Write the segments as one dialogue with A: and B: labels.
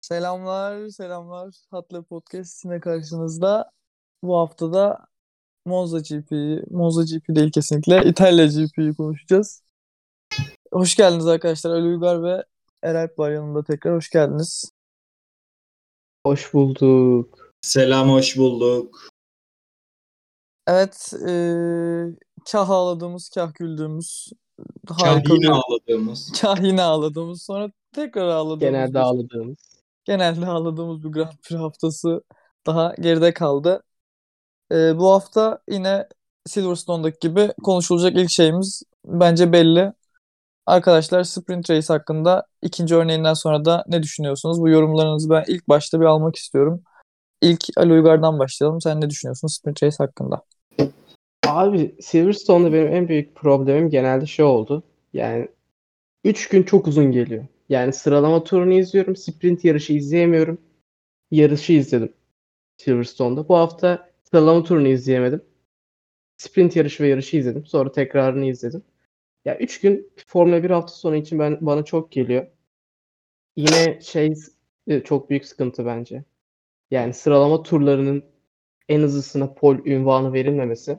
A: Selamlar, selamlar. Hatlı Podcast yine karşınızda. Bu hafta da Monza GP'yi, Monza GP değil kesinlikle, İtalya GP'yi konuşacağız. Hoş geldiniz arkadaşlar. Ali Uygar ve Eralp var yanımda tekrar. Hoş geldiniz.
B: Hoş bulduk.
C: Selam hoş bulduk.
A: Evet, eee kah ağladığımız, kah güldüğümüz, harika
C: Kendini
A: bir...
C: ağladığımız.
A: Kah yine ağladığımız, sonra tekrar ağladığımız
B: Genelde
A: bir-
B: ağladığımız.
A: genelde ağladığımız bir Grand Prix haftası daha geride kaldı. Ee, bu hafta yine Silverstone'daki gibi konuşulacak ilk şeyimiz bence belli. Arkadaşlar Sprint Race hakkında ikinci örneğinden sonra da ne düşünüyorsunuz? Bu yorumlarınızı ben ilk başta bir almak istiyorum. İlk Ali Uygar'dan başlayalım. Sen ne düşünüyorsun Sprint Race hakkında?
B: Abi Silverstone'da benim en büyük problemim genelde şey oldu. Yani 3 gün çok uzun geliyor. Yani sıralama turunu izliyorum. Sprint yarışı izleyemiyorum. Yarışı izledim Silverstone'da. Bu hafta sıralama turunu izleyemedim. Sprint yarışı ve yarışı izledim. Sonra tekrarını izledim. Ya 3 gün Formula 1 hafta sonu için ben bana çok geliyor. Yine şey e, çok büyük sıkıntı bence. Yani sıralama turlarının en hızlısına pol ünvanı verilmemesi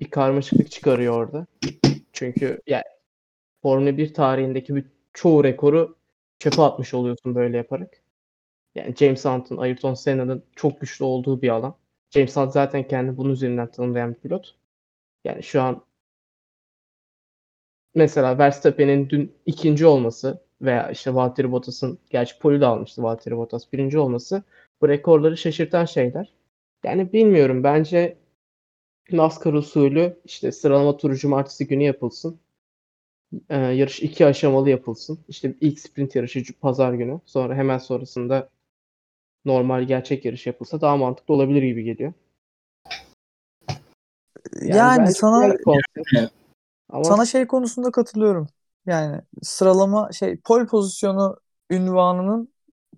B: bir karmaşıklık çıkarıyor orada. Çünkü yani Formula 1 tarihindeki bir çoğu rekoru çöpe atmış oluyorsun böyle yaparak. Yani James Hunt'ın, Ayrton Senna'nın çok güçlü olduğu bir alan. James Hunt zaten kendi bunun üzerinden tanımlayan bir pilot. Yani şu an mesela Verstappen'in dün ikinci olması veya işte Valtteri Bottas'ın gerçi poli de almıştı Valtteri Bottas birinci olması bu rekorları şaşırtan şeyler. Yani bilmiyorum bence NASCAR usulü işte sıralama turu cumartesi günü yapılsın. Ee, yarış iki aşamalı yapılsın. İşte ilk sprint yarışı cu- pazar günü. Sonra hemen sonrasında normal gerçek yarış yapılsa daha mantıklı olabilir gibi geliyor.
A: Yani,
B: bence
A: sana
B: güzel bir konsept.
C: Yani-
B: Ama
A: Sana şey konusunda katılıyorum. Yani sıralama şey pol pozisyonu ünvanının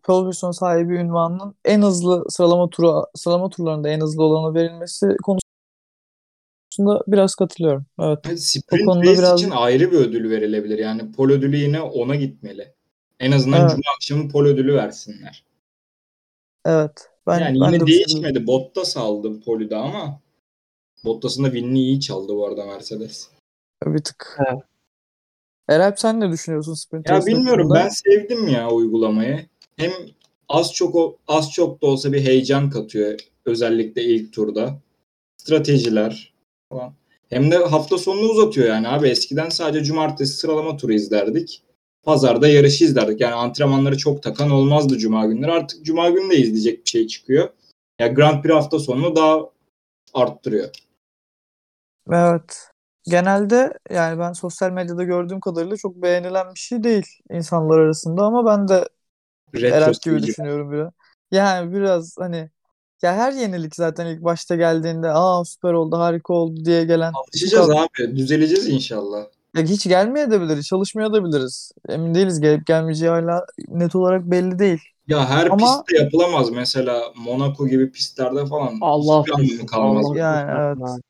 A: pol pozisyonu sahibi ünvanının en hızlı sıralama turu sıralama turlarında en hızlı olana verilmesi konusunda biraz katılıyorum. Evet.
C: Evet,
A: Bu
C: Sprint
A: konuda
C: Race
A: biraz-
C: için ayrı bir ödül verilebilir. Yani pol ödülü yine ona gitmeli. En azından
A: Evet.
C: cuma akşamı pol ödülü versinler.
A: Evet. Ben
C: yani
A: ben de
C: yine
A: bu şekilde-
C: değişmedi. Bottas aldı polü de ama Bottas'ın da winini iyi çaldı bu arada Mercedes.
A: bir tık.
B: Evet.
A: Eralp sen ne düşünüyorsun sprint
C: Ya
A: race
C: bilmiyorum
A: hakkında?
C: ben sevdim ya uygulamayı. Hem az çok o- az çok da olsa bir heyecan katıyor özellikle ilk turda. Stratejiler falan. Hem de hafta sonunu uzatıyor yani abi eskiden sadece cumartesi sıralama turu izlerdik. Pazarda yarışı izlerdik. Yani antrenmanları çok takan olmazdı cuma günleri. Artık cuma günü de izleyecek bir şey çıkıyor. Ya Grand Prix hafta sonunu daha arttırıyor.
A: Evet. Genelde yani ben sosyal medyada gördüğüm kadarıyla çok beğenilen bir şey değil insanlar arasında ama ben de Erap gibi
C: Retrospektif.
A: düşünüyorum biraz. Yani biraz hani ya her yenilik zaten ilk başta geldiğinde aa süper oldu harika oldu diye gelen
C: Alışacağız abi. Düzeleceğiz inşallah.
A: ya hiç gelmeyebiliriz, çalışmayabiliriz. Emin değiliz gelip gelmeyeceği hala net olarak belli değil.
C: Ya her
A: Ama-
C: pistte yapılamaz mesela Monaco gibi pistlerde falan
B: Allah
C: hiçbir anlamı
B: affetsin,
C: kalmaz.
B: Allah
A: Yani
B: affetsin
A: evet.
B: abi.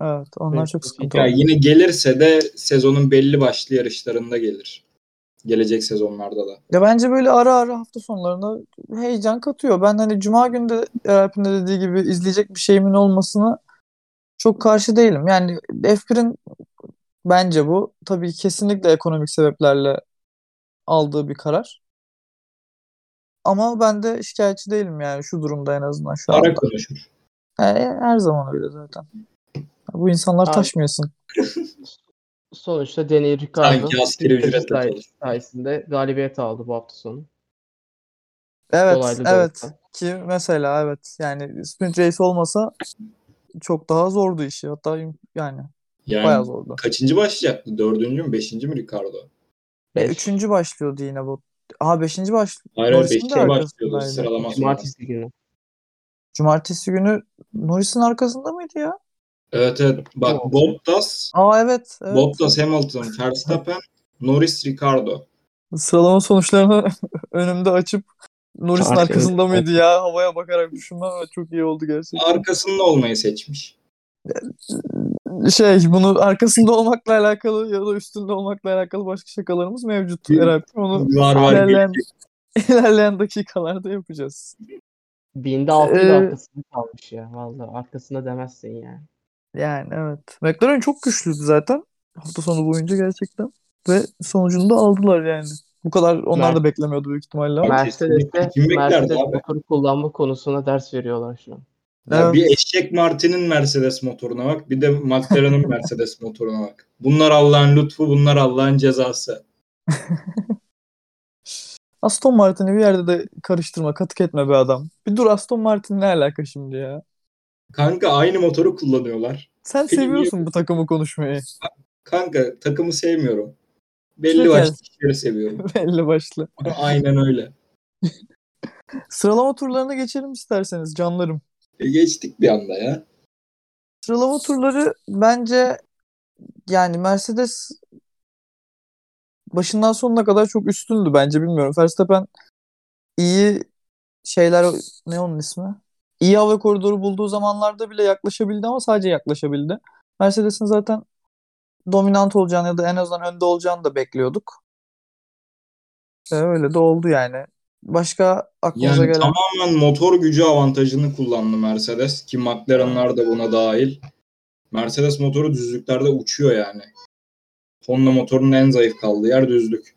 A: Evet, onlar
B: Evet,
A: çok
B: bu
A: sıkıntı
C: Ya
A: oldu.
C: yine gelirse de sezonun belli başlı yarışlarında gelir. Gelecek sezonlarda da.
A: Ya bence böyle ara ara hafta sonlarına heyecan katıyor. Ben hani cuma günü de Erap'in de dediği gibi izleyecek bir şeyimin olmasına çok karşı değilim. Yani F1'in bence bu tabii kesinlikle ekonomik sebeplerle aldığı bir karar. Ama ben de şikayetçi değilim yani şu durumda en azından şu
C: Para
A: anda.
C: konuşur.
A: Yani her zaman öyle zaten. Bu insanlar
B: Abi,
A: taş mı yesin?
B: Sonuçta Daniel Ricciardo
C: Sanki askeri
B: Sprint
C: ücretle
B: say-
C: çalışıyor.
B: sayesinde galibiyet aldı bu hafta sonu.
A: Evet,
B: Dolaylı da
A: evet.
B: olsa.
A: Ki mesela evet yani sprint race olmasa çok daha zordu işi. Hatta im- yani
C: Yani
A: bayağı zordu.
C: kaçıncı başlayacaktı? Dördüncü mü? Beşinci mi Ricardo?
A: E,
B: Beş.
A: üçüncü başlıyordu yine bu. Aha beşinci baş
C: Hayır hayır,
A: Norris'in de
C: beşinci
A: arkasındaydı.
C: başlıyordu sıralama sonrası.
B: Cumartesi günü.
A: Cumartesi günü Norris'in arkasında mıydı ya?
C: Evet evet. Bak
B: Yok.
C: Bottas,
A: Aa evet, evet.
C: Bottas, Hamilton, Verstappen, Norris, Ricardo.
A: Sıralama sonuçlarını önümde açıp Norris'in
B: Arkada-
A: arkasında mıydı ya? Havaya bakarak düşünmem ama çok iyi oldu gerçekten.
C: Arkasında olmayı seçmiş.
A: Şey bunu arkasında olmakla alakalı ya da üstünde olmakla alakalı başka şakalarımız mevcut
C: Bir-
A: herhalde. Onu
C: Var var.
A: ilerleyen ilerleyen dakikalarda yapacağız.
B: Binde altı
A: Ee,
B: da arkasında kalmış ya. Vallahi arkasında demezsin yani.
A: Yani evet. McLaren çok güçlüydü zaten. Hafta sonu boyunca gerçekten. Ve sonucunu da aldılar yani. Bu kadar onlar da beklemiyordu büyük ihtimalle. ama.
C: Ben-
B: Mercedes'e
C: Kim beklerdi
B: Mercedes
C: abi?
B: motoru kullanma konusunda ders veriyorlar şu an.
C: Ya
B: Ee,
A: Evet.
C: bir eşek Martin'in Mercedes motoruna bak, bir de McLaren'ın Mercedes motoruna bak. Bunlar Allah'ın lütfu, bunlar Allah'ın cezası.
A: Aston Martin'i bir yerde de karıştırma, katık etme be adam. Bir dur Aston Martin ne alaka şimdi ya?
C: Kanka aynı motoru kullanıyorlar.
A: Sen
C: Peki,
A: seviyorsun bu takımı konuşmayı.
C: Kanka takımı sevmiyorum. Belli
A: Çok
C: başlı kişileri seviyorum.
A: Belli başlı.
C: Aynen öyle.
A: Sıralama turlarına geçelim isterseniz canlarım.
C: E, geçtik bir anda ya.
A: Sıralama turları bence yani Mercedes başından sonuna kadar çok üstündü bence bilmiyorum. Verstappen iyi şeyler ne onun ismi? İyi hava koridoru bulduğu zamanlarda bile yaklaşabildi ama sadece yaklaşabildi. Mercedes'in zaten dominant olacağını ya da en azından önde olacağını da bekliyorduk. Ee, öyle de oldu yani. Başka aklınıza
C: Yani
A: gelen
C: tamamen motor gücü avantajını kullandı Mercedes ki McLaren'lar da buna dahil. Mercedes motoru düzlüklerde uçuyor yani. Honda motorunun en zayıf kaldığı yer düzlük.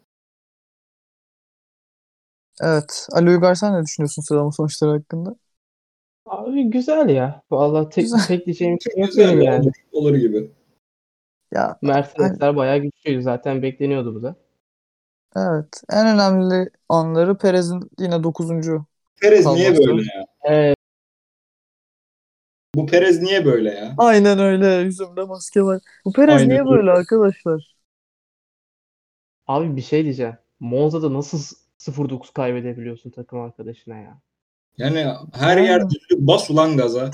A: Evet. Ali Uygar sen ne düşünüyorsun sıralama sonuçları hakkında?
B: Abi güzel ya. Vallahi tek,
A: Güzel.
B: tek diyeceğim şey yok
C: Güzel
B: benim
C: ya,
B: yani.
C: olur, olur gibi.
A: Ya
B: Mercedesler bayağı güçlüydü zaten bekleniyordu bu da.
A: Evet. En önemli anları Perez'in yine 9.
C: Perez
A: Vallahi
C: niye
A: doğru.
C: böyle ya?
B: Evet.
C: Bu Perez niye böyle ya?
A: Aynen öyle. Yüzümde maske var. Bu Perez
C: Aynen
A: niye
C: öyle.
A: böyle arkadaşlar?
B: Abi bir şey diyeceğim. Monza'da nasıl 0-9 kaybedebiliyorsun takım arkadaşına ya?
C: Yani her
A: Aynen.
C: yer düzlük bas ulan gaza.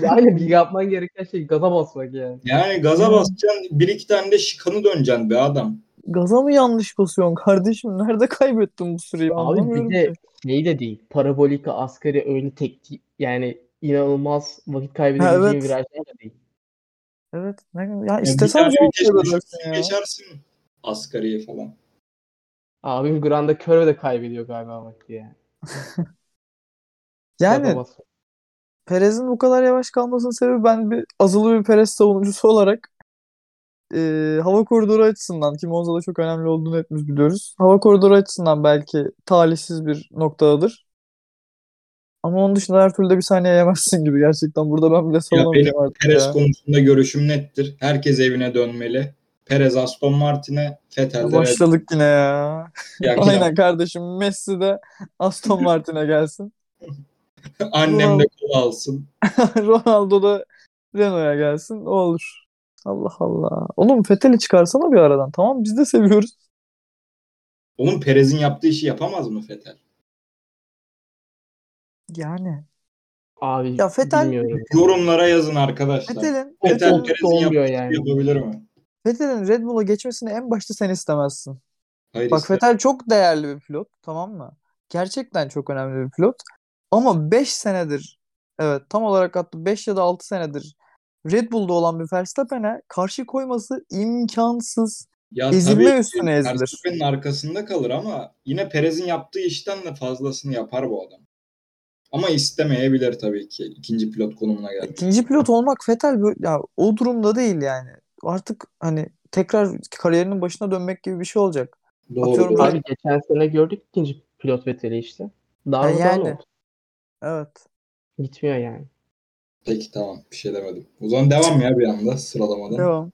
B: Yani bir yapman gereken şey gaza basmak yani.
C: Yani gaza
A: Hmm.
C: basacaksın bir iki tane de şıkanı döneceksin be adam.
A: Gaza mı yanlış basıyorsun kardeşim? Nerede kaybettin bu süreyi?
B: Abi
A: Anlamıyorum
B: bir de
A: ki.
B: neyi de değil. Parabolika, asgari öyle tek yani inanılmaz vakit kaybedebileceğin
A: evet.
B: virajlar da değil.
A: Evet. Ne, ya
C: Yani
A: istesen
C: bir tane
A: zor
C: vites
A: kaybedersin
C: düşürsün,
A: ya.
C: geçersin asgariye falan.
B: Abim Granda Körve de kaybediyor galiba bak diye.
A: Yani
B: Gaza basmak.
A: Perez'in bu kadar yavaş kalmasının sebebi ben bir azılı bir Perez savunucusu olarak e, hava koridoru açısından ki Monza'da çok önemli olduğunu hepimiz biliyoruz. Hava koridoru açısından belki talihsiz bir noktadadır. Ama onun dışında her türlü de bir saniye yemezsin gibi gerçekten. Burada ben bile savunamayacağım artık
C: Perez
A: ya.
C: konusunda görüşüm nettir. Herkes evine dönmeli. Perez Aston Martin'e, Vettel de Red
A: Başladık yine ya.
C: Bull'a yakın.
A: Aynen kardeşim. Messi de Aston Martin'e gelsin.
C: Annem de kola alsın.
A: Ronaldo da Renault'a gelsin. O olur. Allah Allah. Oğlum Fethel'i çıkarsana bir aradan. Tamam biz de seviyoruz.
C: Onun Perez'in yaptığı işi yapamaz mı Vettel?
A: Yani.
B: Abi
A: Ya Fetel-
B: bilmiyorum.
C: Yorumlara yazın arkadaşlar. Vettel,
A: Fethel'in
B: Vettel-
C: Perez'in
B: olmuyor
C: yaptığı işi
B: yani.
C: yapabilir mi?
A: Vettel'in Red Bull'a geçmesini en başta sen istemezsin.
C: Hayır
A: Bak
C: istemem.
A: Vettel çok değerli bir pilot, tamam mı? Gerçekten çok önemli bir pilot. Ama 5 senedir, evet tam olarak hatta 5 ya da 6 senedir Red Bull'da olan bir Verstappen'e karşı koyması imkansız.
C: Ya
A: Ezilme
C: tabii ki
A: üstüne ezilir.
C: Verstappen'in arkasında kalır ama yine Perez'in yaptığı işten de fazlasını yapar bu adam. Ama istemeyebilir tabii ki ikinci pilot konumuna gelmek.
A: İkinci pilot olmak Vettel böyle, ya o durumda değil yani. Artık hani tekrar kariyerinin başına dönmek gibi bir şey olacak.
C: Doğru.
A: Atıyorum
C: doğru.
A: Red-
B: Abi geçen sene gördük ikinci pilot Vettel'i işte. Darmadan
A: yani.
B: oldu.
A: Evet.
B: Gitmiyor yani.
C: Peki tamam bir şey demedim. O zaman devam ya bir anda sıralamadan.
A: Devam.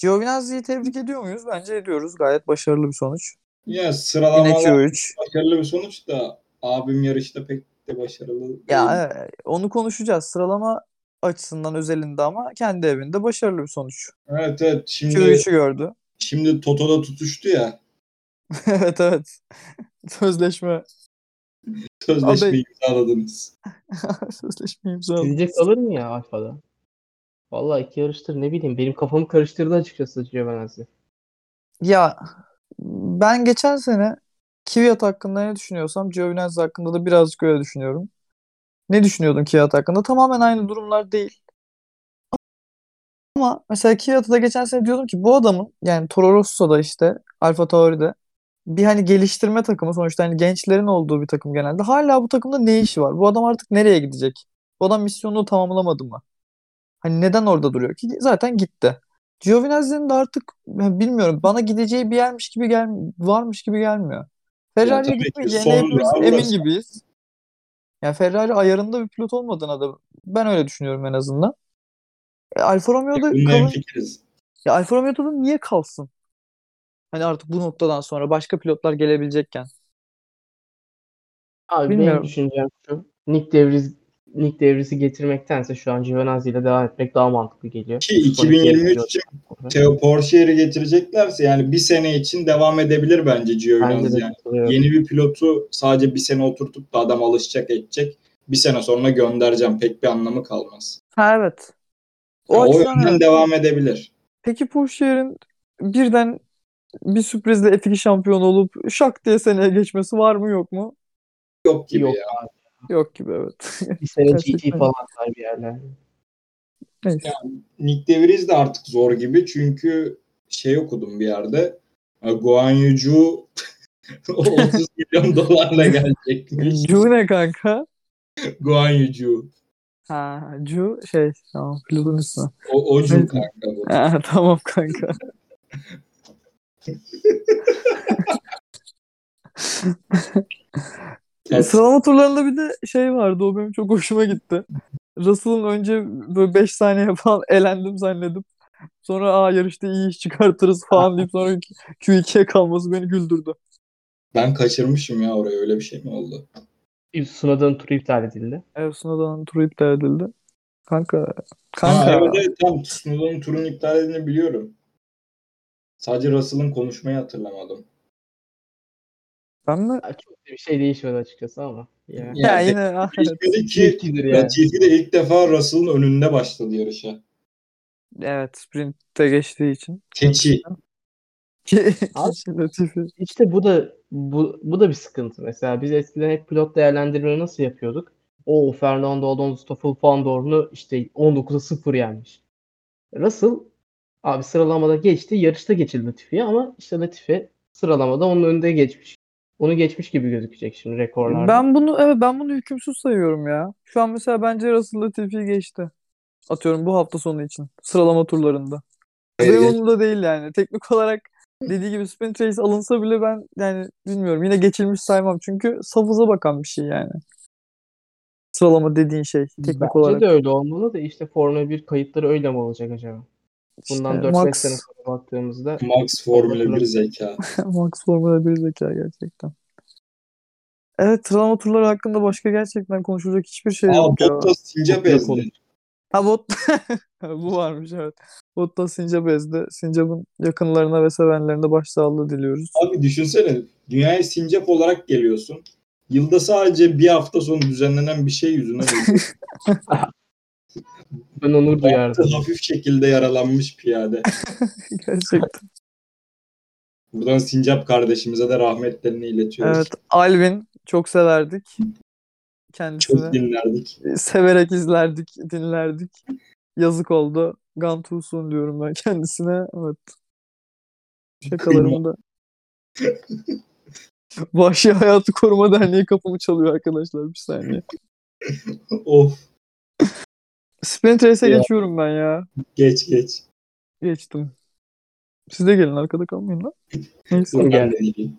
A: Giovinazzi'yi tebrik ediyor muyuz? Bence ediyoruz. Gayet başarılı bir sonuç.
C: Ya
A: Yine
C: sıralamalar
A: Q3.
C: başarılı bir sonuç da abim yarışta pek de başarılı değil.
A: Ya e, onu konuşacağız. Sıralama açısından özelinde ama kendi evinde başarılı bir sonuç.
C: Evet evet şimdi
A: Q3'ü gördü.
C: şimdi Toto'da tutuştu ya.
A: evet evet. Sözleşme.
C: Sözleşmeyi imzaladınız.
A: Sözleşme imzaladı.
B: Gidecek alır mı ya Alfa'da? Vallahi iki yarıştır ne bileyim. Benim kafamı karıştırdı açıkçası Giovinazzi.
A: Ya ben geçen sene Kvyat hakkında ne düşünüyorsam Giovinazzi hakkında da birazcık öyle düşünüyorum. Ne düşünüyordun Kvyat hakkında? Tamamen aynı durumlar değil. Ama mesela Kvyat'a da geçen sene diyordum ki bu adamın yani Toro Rosso'da işte Alfa Tauri'de bir hani geliştirme takımı sonuçta hani gençlerin olduğu bir takım genelde. Hala bu takımda ne işi var? Bu adam artık nereye gidecek? Bu adam misyonunu tamamlamadı mı? Hani neden orada duruyor ki? Zaten gitti. Giovinazzi'nin de artık yani bilmiyorum bana gideceği bir yermiş gibi gel varmış gibi gelmiyor. Ferrari'ye
C: tabii ki
A: gitmeyeceğine
C: son
A: hepimiz
C: durağı
A: emin
C: burası.
A: gibiyiz. Yani Ferrari ayarında bir pilot olmadığına da ben öyle düşünüyorum en azından. E, Alfa Romeo'da
C: Bununla
A: kalın,
C: hemfikiriz.
A: ya Alfa Romeo'da da niye kalsın? Hani artık bu noktadan sonra başka pilotlar gelebilecekken.
B: Abi
A: Bilmiyorum.
B: benim düşüncem şu. Nick De Vries Nick De Vries'i getirmektense şu an Giovinazzi ile devam etmek daha mantıklı geliyor.
C: Ki 2023
B: Spotify'da
C: için Theo Porcher'i getireceklerse yani bir sene için devam edebilir bence
B: Bence
C: Giovinazzi.
B: de
C: Yani
B: katılıyorum.
C: yeni bir pilotu sadece bir sene oturtup da adam alışacak edecek. Bir sene sonra göndereceğim. Pek bir anlamı kalmaz.
A: Ha evet. O
C: Yani o
A: açıdan
C: yönden
A: evet.
C: devam edebilir.
A: Peki Porsche'nin birden bir sürprizle F2 şampiyonu olup şak diye seneye geçmesi var mı yok mu?
C: Yok gibi
B: Yok
C: ya.
B: abi.
A: Yok gibi evet.
B: Bir sene GT
A: Gerçekten.
B: falan atar bir yerler.
A: Neyse.
C: Nick De Vries de artık zor gibi çünkü şey okudum bir yerde. E, Guan Yu Zhu 30 milyon dolarla gelecekmiş.
A: Ju ne kanka?
C: Guan Yu Zhu.
A: Ha, Ju şey tamam pilotun ismi.
C: O, o Zhu
A: Evet.
C: kanka bu.
A: Ha, tamam kanka.
C: Evet.
A: Sıralama turlarında bir de şey vardı o benim çok hoşuma gitti. Russell'ın önce böyle 5 saniye falan elendim zannedip sonra aa yarışta iyi iş çıkartırız falan deyip sonra Q2'ye kalması beni güldürdü.
C: Ben kaçırmışım ya oraya öyle bir şey mi oldu?
B: Bir Sunoda'nın turu iptal edildi.
A: Evet Sunoda'nın turu hani iptal edildi. Kanka. Kanka.
C: Ha, evet, evet tam Tsunoda'nın turun iptal edildiğini biliyorum. Sadece Russell'ın konuşmayı hatırlamadım.
A: Ben mi?
B: Ya Çok da bir şey değişmedi açıkçası ama. Yani.
A: Ya
C: Yani
A: yine ah, evet.
C: Değişmedi ki
B: İlkidir yani.
C: Latifi de ilk defa Russell'ın önünde başladı yarışa.
A: evet sprintte geçtiği için.
C: Keçi.
A: Ki-
B: Abi-
A: Şey, Latifi.
B: İşte bu da bu, bu da bir sıkıntı mesela. Biz eskiden hep pilot değerlendirmeleri nasıl yapıyorduk? O Fernando Alonso full puan doğrunu işte 19'a 0 yenmiş. Russell abi sıralamada geçti. Yarışta geçildi Latifi'ye ama işte Latifi sıralamada onun önünde geçmiş. Onu geçmiş gibi gözükecek şimdi rekorlarda.
A: Ben bunu evet ben bunu hükümsüz sayıyorum ya. Şu an mesela bence Russell Latifi geçti. Atıyorum bu hafta sonu için sıralama turlarında.
C: Hayır,
A: Ve
C: geç-
A: onun da değil yani. Teknik olarak dediği gibi sprint race alınsa bile ben yani bilmiyorum yine geçilmiş saymam. Çünkü savuza bakan bir şey yani. Sıralama dediğin şey teknik
B: Bence
A: olarak.
B: de öyle olmalı da işte Formula 1 kayıtları öyle mi olacak acaba? Bundan
A: İşte
B: 4-5
A: Max,
B: sene sonra baktığımızda
C: Max Formula 1 zeka.
A: Max Formula 1 zeka gerçekten. Evet sıralama turları hakkında başka gerçekten konuşulacak hiçbir şey
C: Aa
A: yok ya.
C: Bottas Sincap
B: Çok
C: ezdi.
B: yakın.
A: Ha bot bu varmış evet. Bottas Sincap ezdi. Sincap'ın yakınlarına ve sevenlerine başsağlığı diliyoruz.
C: Abi düşünsene dünyaya Sincap olarak geliyorsun. Yılda sadece bir hafta sonu düzenlenen bir şey yüzünden öldü.
B: ben onur duyardım.
C: hafif şekilde yaralanmış piyade.
A: Gerçekten.
C: Buradan Sincap kardeşimize de rahmetlerini iletiyoruz.
A: Evet Alvin çok severdik.
C: Çok
A: Kendisini
C: dinlerdik.
A: severek izlerdik, dinlerdik. Yazık oldu. Gantusun diyorum ben kendisine. Evet. Şakalarımda. Vahşi Hayatı Koruma Derneği kapımı çalıyor arkadaşlar bir saniye.
C: of
A: Sprint Race'e
C: Ya.
A: geçiyorum ben ya.
C: geç geç.
A: Geçtim. Siz de gelin arkada kalmayın lan. Neyse.
C: Dur ben
B: geldi.
C: de diyeyim.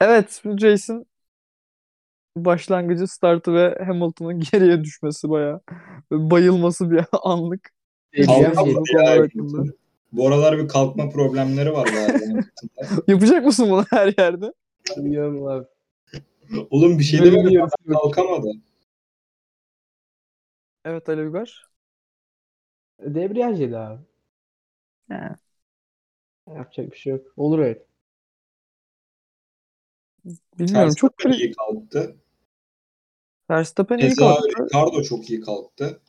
A: Evet, Sprint Race'in başlangıcı, startı ve Hamilton'ın geriye düşmesi bayağı bayılması bir anlık.
B: Diyeceğim
C: Kalkamaz
B: ki-
A: bu
C: ya.
A: konular hakkında.
C: Bu aralar bir kalkma problemleri var galiba.
A: Yapacak mısın bunu her yerde?
B: Biliyorum abi.
C: Oğlum bir şey
B: Böyle
C: demedim.
B: bir yarısı yok.
C: Kalkamadı.
A: Evet Ali Uygar.
B: Debriyaj yedi abi.
A: He.
B: Yapacak bir şey yok. Olur öyle.
A: Bilmiyorum çok
C: Verstappen
A: kritik.
C: iyi kalktı.
A: Verstappen iyi
C: Keza
A: kalktı.
C: Ricardo çok iyi kalktı.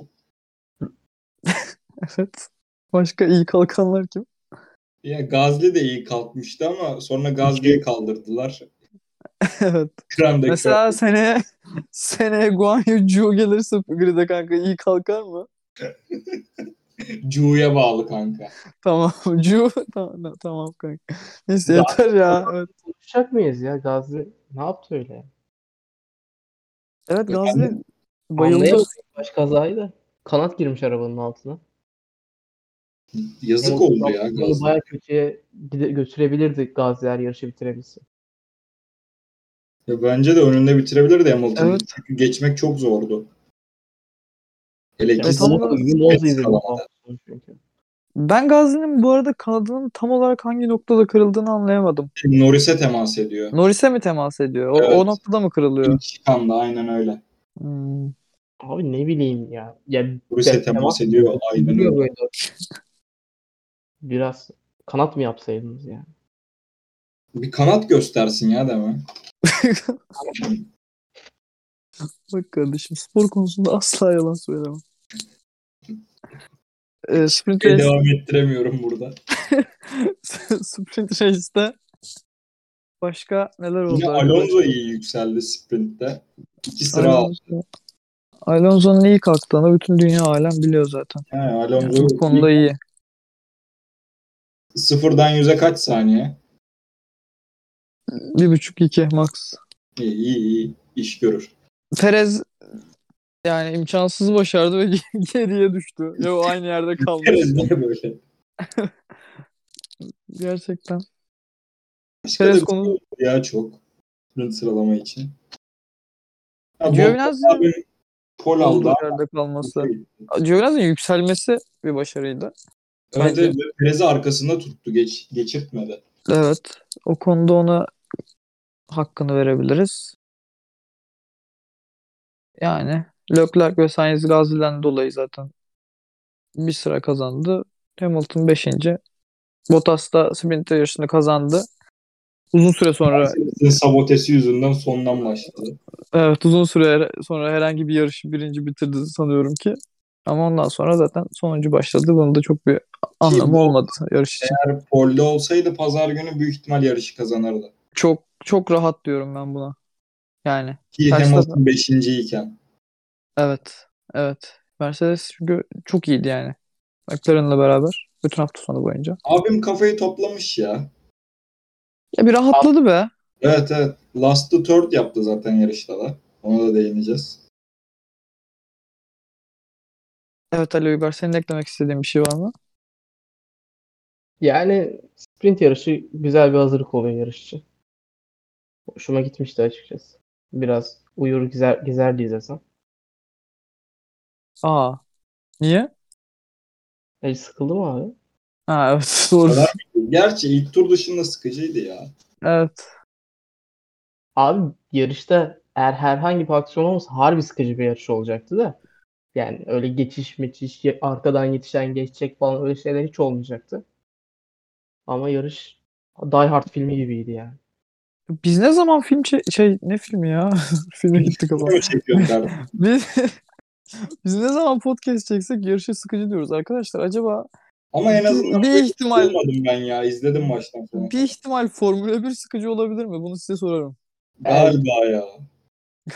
A: Evet. Başka iyi kalkanlar kim?
C: Ya Gazli de iyi kalkmıştı ama sonra Gazli'yi kaldırdılar.
A: evet.
C: Krem'deki
A: Mesela seneye seneye Guan Yu Zhou gelirse grid'e kanka iyi kalkar mı?
C: Cu'ya bağlı kanka.
A: Tamam. Cu tamam, tamam kanka. Neyse
B: Ya-
A: yeter ya. Evet,
B: Konuşacak mıyız ya Gazze? Ne yaptı öyle?
A: evet
C: Ya
A: Gazze bayıldı.
B: Bayıldı. Baş kazayı da. Kanat girmiş arabanın altına.
C: Yazık
B: Yani
C: oldu ya
B: Gazze'yi
C: Gazze.
B: Bayağı kötüye gide- götürebilirdi Gazze eğer yarışı bitirebilse.
C: Ya bence de önünde bitirebilirdi Hamilton.
A: Evet.
C: Çünkü geçmek çok zordu. Hele
B: Yani
C: ki
A: tam-
B: sana
A: sonra-
B: uygun oldu izledim.
C: Sıralamada.
B: Çünkü.
A: Ben Gazze'nin bu arada kanadının tam olarak hangi noktada kırıldığını anlayamadım.
C: Norris'e temas ediyor.
A: Norris'e mi temas ediyor? O,
C: Evet.
A: o noktada mı kırılıyor?
C: İlk çıkanda aynen öyle.
A: Hmm.
B: Abi ne bileyim ya. Ya
C: Norris'e
B: ben-
C: temas ediyor aynen
B: Biliyor
C: öyle.
B: böyle. Biraz kanat mı yapsaydınız ya?
C: Bir kanat göstersin ya deme.
A: Bak kardeşim spor konusunda asla yalan söylemem. Ee, sprint
C: Şey
A: race-
C: devam ettiremiyorum burada.
A: Sprint Race'de başka neler oldu?
C: Yine Alonso iyi yükseldi sprintte. İki sıra aldı.
A: Alonso- Alonso'nun iyi kalktığını bütün dünya alem biliyor zaten.
C: He,
A: Yani
C: Alonso
A: bu konuda iyi.
C: sıfırdan yüze kaç saniye?
A: Bir buçuk iki max.
C: İyi iyi iyi iş görür.
A: Perez yani imkansız başardı ve geriye düştü. Ve o aynı yerde kaldı.
C: Perez niye böyle?
A: Gerçekten.
C: Başka
A: Perez
C: da bir
A: konu-
C: şey yok ya çok. Sprint sıralama için. Ya
A: Giovinazzi-
C: Bottas abi Pol aldı.
A: Olduğu yerde kalması.
C: Evet,
A: Giovinazzi'nin yükselmesi bir başarıydı.
C: Evet,
A: Bence-
C: evet. Perez'i arkasında tuttu. Geç, geçirtmedi.
A: Evet. O konuda ona hakkını verebiliriz. Yani Leclerc ve Sainz Gazi'den dolayı zaten bir sıra kazandı. Hamilton 5. Bottas da sprint yarışını kazandı. Uzun süre sonra
C: Mercedes'in sabotesi yüzünden sondan başladı.
A: evet uzun süre sonra herhangi bir yarışı birinci bitirdi sanıyorum ki. Ama ondan sonra zaten sonuncu başladı. Bunun da çok bir anlamı
C: bu-
A: olmadı yarış için.
C: Eğer polde olsaydı pazar günü büyük ihtimal yarışı kazanırdı.
A: Çok çok rahat diyorum ben buna. Yani
C: Ki
A: Kaç
C: Hamilton 5. iken.
A: Evet. Evet. Mercedes çünkü çok iyiydi yani. McLaren'la beraber bütün hafta sonu boyunca.
C: Abim kafayı toplamış ya.
A: Ya bir rahatladı be.
C: Evet evet. Last the third yaptı zaten yarışta da. Ona da değineceğiz.
A: Evet Ali Uygar senin eklemek istediğin bir şey var mı?
B: Yani sprint yarışı güzel bir hazırlık oluyor yarış için. Hoşuma gitmişti açıkçası. Biraz uyur gezer, gezerdi izlesem.
A: Aa. Niye?
B: E, sıkıldım abi.
A: Ha evet doğru.
C: Kadar- Gerçi ilk tur dışında sıkıcıydı ya.
A: Evet.
B: Abi yarışta eğer herhangi bir aksiyon olmasa harbi sıkıcı bir yarış olacaktı da. Yani öyle geçiş meçiş, ye- arkadan yetişen geçecek falan öyle şeyler hiç olmayacaktı. Ama yarış Die Hard filmi gibiydi yani.
A: Biz ne zaman film çe- şey ne filmi ya? Filme gittik ama.
C: Video çekiyorlar.
A: Biz, biz ne zaman podcast çeksek yarışı sıkıcı diyoruz arkadaşlar. Acaba
C: Ama en azından şey
A: Bir
C: böyle
A: ihtimal-
C: sıkılmadım ben ya. İzledim baştan sona.
A: bir ihtimal Formula 1 sıkıcı olabilir mi? Bunu size sorarım.
C: Galiba ya.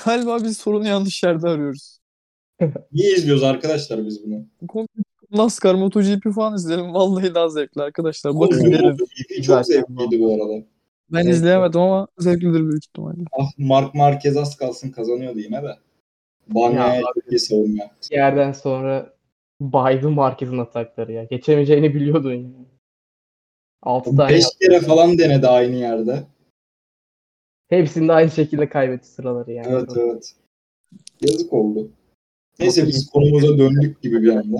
A: Galiba biz sorunu yanlış yerde arıyoruz.
C: Niye izliyoruz arkadaşlar biz bunu?
A: Komple NASCAR, MotoGP falan izleyelim. Vallahi daha zevkli arkadaşlar. Bakın
C: Oğlum,
A: gelin.
C: MotoGP
B: Zaten
C: çok zevkliydi bu arada.
A: Ben
B: Evet.
A: izleyemedim ama zevklidir büyük ihtimalle.
C: Ah Mark Marquez az kalsın kazanıyordu yine de.
B: Ya
C: Banya'ya çok iyi savunma. yaptı.
B: Bir yerden sonra baydı Marquez'in atakları ya. Geçemeyeceğini biliyordun ya. 6 tane
C: Beş
B: yaptı.
C: kere falan denedi aynı yerde.
B: Hepsinde aynı şekilde kaybetti sıraları yani.
C: Evet evet. Yazık oldu. Neyse
B: Çok
C: biz konumuza döndük gibi bir anda.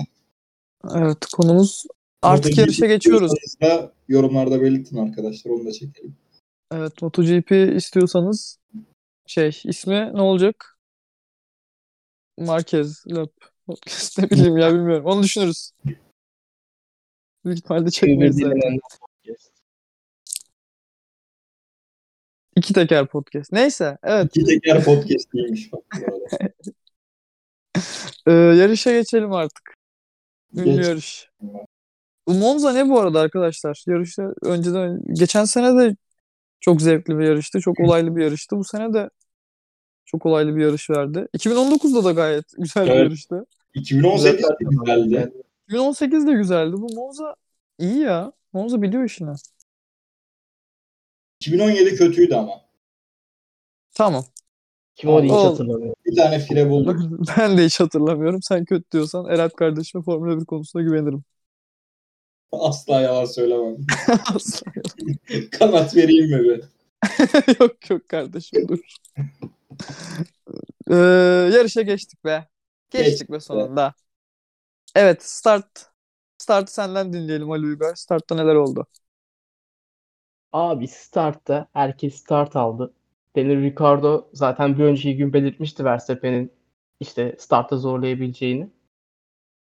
A: Evet konumuz artık
C: MotoGP
A: yarışa geçiyoruz.
C: istiyorsanız da Yorumlarda belirtin arkadaşlar onu da çekelim.
A: Evet MotoGP istiyorsanız şey ismi ne olacak? Marquez Lap. Podcast ne bileyim ya bilmiyorum. Onu düşünürüz. Büyük ihtimalle çekmeyiz zaten. İki teker podcast. Neyse evet.
C: İki teker podcast değilmiş bak bu arada.
A: Ee, yarışa geçelim artık. Ünlü
C: Geç.
A: yarış. Bu Monza ne bu arada arkadaşlar? Yarışta önceden geçen sene de çok zevkli bir yarıştı. Çok olaylı bir yarıştı. Bu sene de çok olaylı bir yarış verdi. 2019'da da gayet güzel bir
C: Evet.
A: yarıştı.
C: 2018 de güzeldi.
A: Gün 18 de güzeldi. Bu Monza iyi ya. Monza biliyor işini.
C: 2017 kötüydü ama.
A: Tamam.
B: Kim onu hiç
A: Oldu.
B: hatırlamıyor.
C: Bir tane fire bulduk.
A: Ben de hiç hatırlamıyorum. Sen kötü diyorsan Erhat kardeşime Formula 1 konusunda güvenirim.
C: Asla yalan söylemem.
A: Asla.
C: Kanat vereyim mi be?
A: yok yok kardeşim dur. Ee, yarışa geçtik be. Geçtik be sonunda. Evet start. Startı senden dinleyelim Ali Uygar. Startta neler oldu?
B: Abi startta herkes start aldı. Daniel Ricciardo zaten bir önceki gün belirtmişti Verstappen'in işte startta zorlayabileceğini.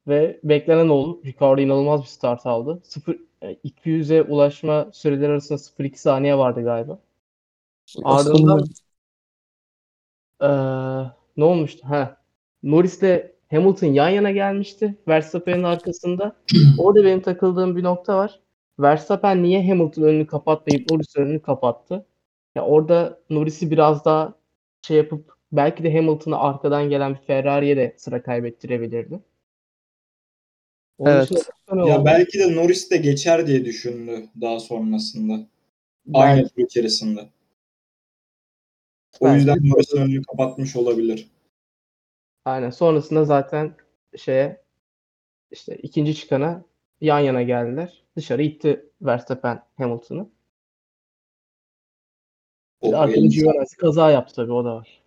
B: Ve beklenen oldu. Ricciardo inanılmaz bir start aldı. 0 e, 200'e ulaşma süreleri arasında 0.2 saniye vardı galiba. Ardından Eee, ne olmuştu? Ha. Norris'le Hamilton yan yana gelmişti. Verstappen'in arkasında. Orada benim takıldığım bir nokta var. Verstappen niye Hamilton önünü kapatmayıp Norris önünü kapattı? Ya orada Norris'i biraz daha şey yapıp belki de Hamilton'a arkadan gelen bir Ferrari'ye de sıra kaybettirebilirdi. Onun
A: Evet.
B: dışında başka ne oldu?
C: Ya belki de Norris de geçer diye düşündü daha sonrasında. Aynı tur içerisinde. O
B: Belki.
C: yüzden Norris'in önünü kapatmış olabilir.
B: Aynen. Sonrasında zaten şeye işte ikinci çıkana yan yana geldiler. Dışarı itti Verstappen Hamilton'ı.
C: O
B: Arkada
C: elin-
B: Giovinazzi kaza yaptı tabii o da var.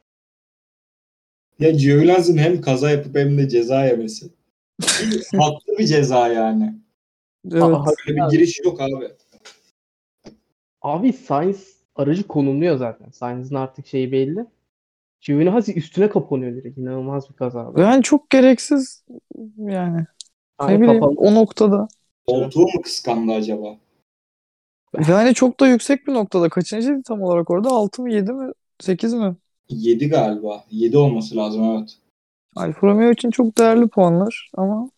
C: Ya Giovinazzi'nin hem kaza yapıp hem de ceza yemesi. Haklı bir ceza yani.
A: Evet.
B: Aa,
C: Böyle bir giriş yok abi.
B: Abi Sainz aracı konumluyor zaten. Sainz'in artık şeyi belli. Giovinazzi üstüne kapanıyor direkt. İnanılmaz bir kaza.
A: Yani çok gereksiz yani.
B: Yani
A: ne bileyim
B: kapalı-
A: o noktada.
C: Koltuğu mu kıskandı acaba?
A: Yani hani çok da yüksek bir noktada. Kaçıncıydı tam olarak orada? 6 mı 7 mi 8 mi?
C: 7 galiba. 7 olması lazım evet.
A: Alfa Romeo için çok değerli puanlar ama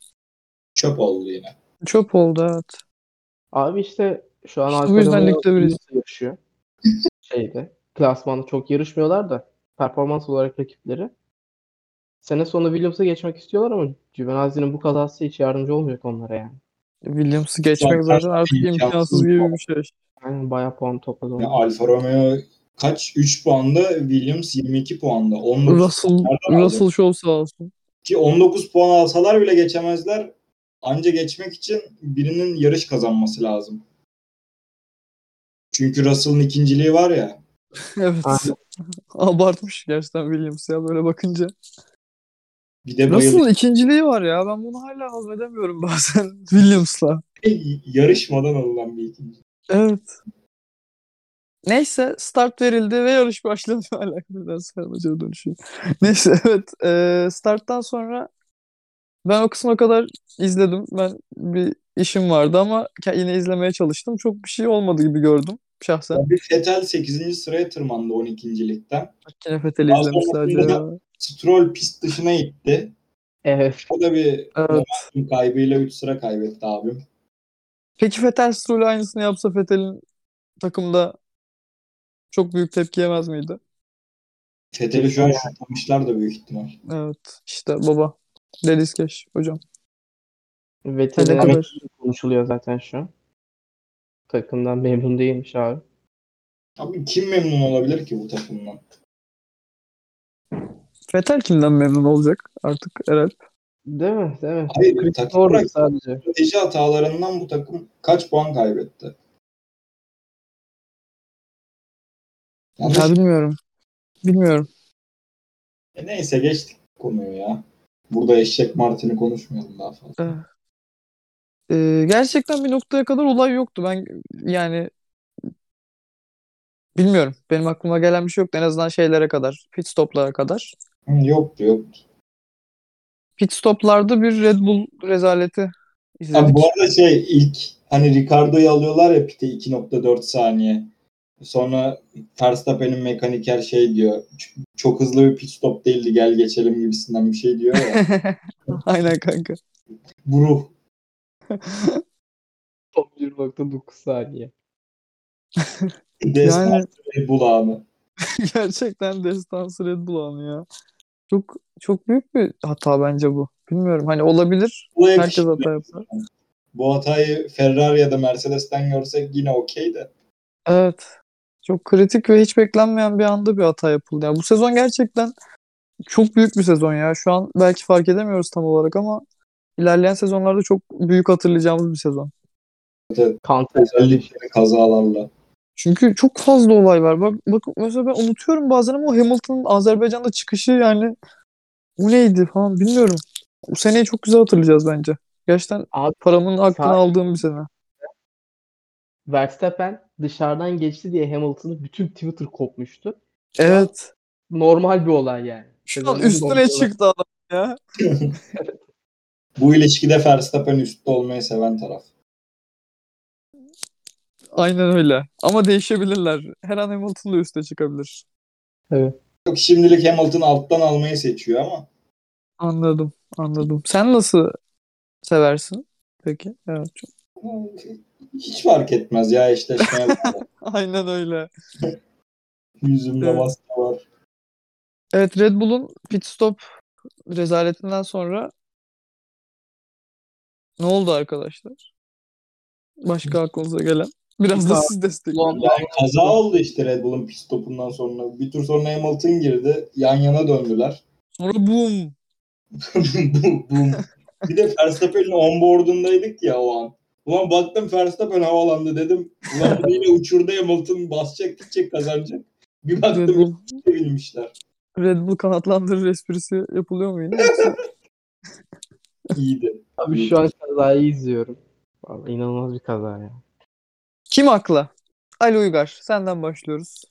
C: Çöp oldu yine.
A: çöp oldu evet.
B: Abi işte şu an
A: İşte bu
B: Alfa
A: yüzden
B: Romeo
A: ligde biriz.
B: Williams'la yarışıyor. Şeyde. Klasmanda çok yarışmıyorlar da performans olarak rakipleri. Sene sonu Williams'a geçmek istiyorlar ama Giovinazzi'nin bu kazası hiç yardımcı olmuyor onlara yani.
A: Williams'ı geçmek
C: Zaten
A: zaten artık
C: imkansız
A: imkansız gibi bir şey.
B: Yani bayağı puan topladı
C: Ya
B: onlar.
C: Alfa Romeo kaç? 3 puanda. Williams 22 puanda. 19
A: Russell,
C: Nereden
A: Russell Show sağ olsun.
C: Ki 19 puan alsalar bile geçemezler. Anca geçmek için birinin yarış kazanması lazım. Çünkü Russell'ın ikinciliği var ya.
A: evet.
B: Aynen.
A: Abartmış gerçekten Williams ya böyle bakınca.
C: Bir de bayılıyor.
A: Russell'ın ikinciliği var ya ben bunu hala hazmedemiyorum bazen Williams'la.
C: yarışmadan alınan bir ikinci.
A: Evet. Neyse start verildi ve yarış başladı. Hala neden sarmacalı dönüşüyor. Neyse evet eee, starttan sonra ben o kısma kadar izledim. Ben bir işim vardı ama ke- yine izlemeye çalıştım. Çok bir şey olmadı gibi gördüm şahsen.
C: Bir Fetel 8. sıraya tırmandı 12. ligden.
A: Yine Fethel'i
C: Daha
A: izlemiş
C: sonrasında
A: sadece.
C: da- Stroll pist dışına gitti.
B: Evet.
C: O da bir
A: Evet.
C: momentum kaybıyla 3 sıra kaybetti abim.
A: Peki Fethel Stroll'ü aynısını yapsa Fethel'in takımda çok büyük tepki yemez miydi?
C: Fetel'i şu an şutlamışlar da büyük ihtimal.
A: Evet. İşte baba. Deniz Keş hocam.
B: Vettel'in
A: Hani-
B: emekli konuşuluyor zaten şu an. Takımdan memnun değilmiş abi.
C: Abi kim memnun olabilir ki bu takımdan?
A: Fethel kimden memnun olacak artık Erel?
B: Değil mi? Değil mi?
C: Hayır,
B: Chris
C: takım
B: Norris
C: bırak-
B: sadece.
C: Strateji hatalarından bu takım kaç puan kaybetti? Yanlış.
A: Ya bilmiyorum. Bilmiyorum.
C: E Neyse geçtik konuyu ya. Burada eşek Martin'i konuşmayalım daha fazla.
A: Eh. Ee, gerçekten bir noktaya kadar olay yoktu. Ben yani bilmiyorum. Benim aklıma gelen bir şey yoktu. En azından şeylere kadar. Pit stoplara kadar.
C: Hı, Yoktu yoktu.
A: Pit stoplarda bir Red Bull rezaleti
C: Abi
A: izledik.
C: bu arada şey ilk hani Ricardo'yu alıyorlar ya pite 2.4 saniye. Sonra Verstappen'in mekaniker şey diyor. "Ç- Çok hızlı bir pit stop değildi gel geçelim gibisinden bir şey diyor ya.
A: Aynen kanka.
C: bu ruh.
B: Son 1.9 saniye.
C: Destan
A: Yani
C: Red Bull anı.
A: gerçekten destansı Red Bull anı ya. Çok çok büyük bir hata bence bu. Bilmiyorum hani olabilir.
C: Bu
A: Herkes
C: yakışıklı.
A: hata yapar.
C: Bu hatayı Ferrari ya da Mercedes'ten görsek yine okey de.
A: Evet. Çok kritik ve hiç beklenmeyen bir anda bir hata yapıldı. Yani bu sezon gerçekten çok büyük bir sezon ya. Şu an belki fark edemiyoruz tam olarak ama ilerleyen sezonlarda çok büyük hatırlayacağımız bir sezon.
B: Kant
C: Özellikle kazalarla.
A: Çünkü çok fazla olay var. Bak, bak mesela ben unutuyorum bazen ama o Hamilton'ın Azerbaycan'da çıkışı yani bu neydi falan bilmiyorum. Bu seneyi çok güzel hatırlayacağız bence. Gerçekten
B: Abi
A: paramın hakkını
B: Sa-
A: aldığım bir sene.
B: Verstappen dışarıdan geçti diye Hamilton'ın bütün Twitter kopmuştu.
A: Evet.
B: Normal bir olay yani.
A: Şu an
B: Sezonun
A: üstüne
B: normal
A: çıktı adam ya.
C: Bu ilişkide Verstappen üstte olmayı seven taraf.
A: Aynen öyle. Ama değişebilirler. Her an Hamilton'la üste çıkabilir.
C: Yok şimdilik Hamilton alttan almayı seçiyor ama
A: Anladım, anladım. Sen nasıl seversin? Peki. Evet. çok-
C: hiç fark etmez ya eşleşmeye bağlı.
A: Aynen öyle.
C: Yüzümde
A: Evet.
C: maske var.
A: Evet, Red Bull'un pit stop rezaletinden sonra ne oldu arkadaşlar? Başka aklınıza gelen? Biraz da siz destekleyin.
B: olan-
C: Yani kaza oldu işte Red Bull'un pit stopundan sonra. Bir tur sonra Hamilton girdi. Yan yana döndüler.
A: Sonra boom.
C: Bu- bu- bir de Verstappen'in onboardundaydık ya o an. Ulan baktım Verstappen havalandı dedim. Ulan bu yine uçurdu Hamilton basacak gidecek kazanacak. Bir
A: Red
C: baktım
A: Bull,
C: sevinmişler.
A: Red Bull kanatlandırır esprisi yapılıyor mu yine? Yoksa-
C: İyiydi.
B: Abi şu an kazayı izliyorum. Vallahi inanılmaz bir kaza ya.
A: Kim haklı? Ali Uygar, senden başlıyoruz.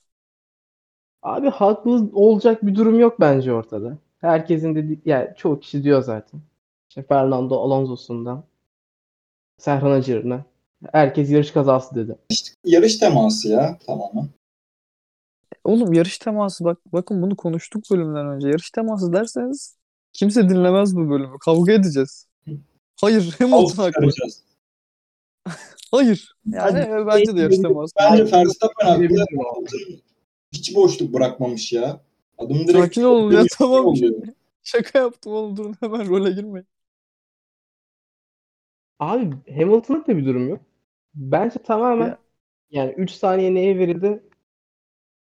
B: Abi haklı olacak bir durum yok bence ortada. Herkesin dediği, yani çoğu kişi diyor zaten. İşte Fernando Alonso'sundan Serhan Acar'ına. Herkes yarış kazası dedi.
C: Yarış teması ya tamamen.
A: Oğlum yarış teması bak bakın bunu konuştuk bölümden önce. Yarış teması derseniz kimse dinlemez bu bölümü. Kavga edeceğiz. Hayır Hamilton
C: Avuç
A: haklı.
C: çıkaracağız.
A: Hayır. Yani e, bence de yarış teması.
C: Bence Verstappen haklı.
B: Bilebilirim abi.
C: Hamilton hiç boşluk bırakmamış ya. Adam direkt
A: Sakin olun ya tamam.
C: oluyor.
A: Şaka yaptım oğlum durun hemen role girmeyin.
B: Abi Hamilton'ın da bir durum yok. Bence tamamen
A: Ya.
B: yani 3 saniye neye verildi?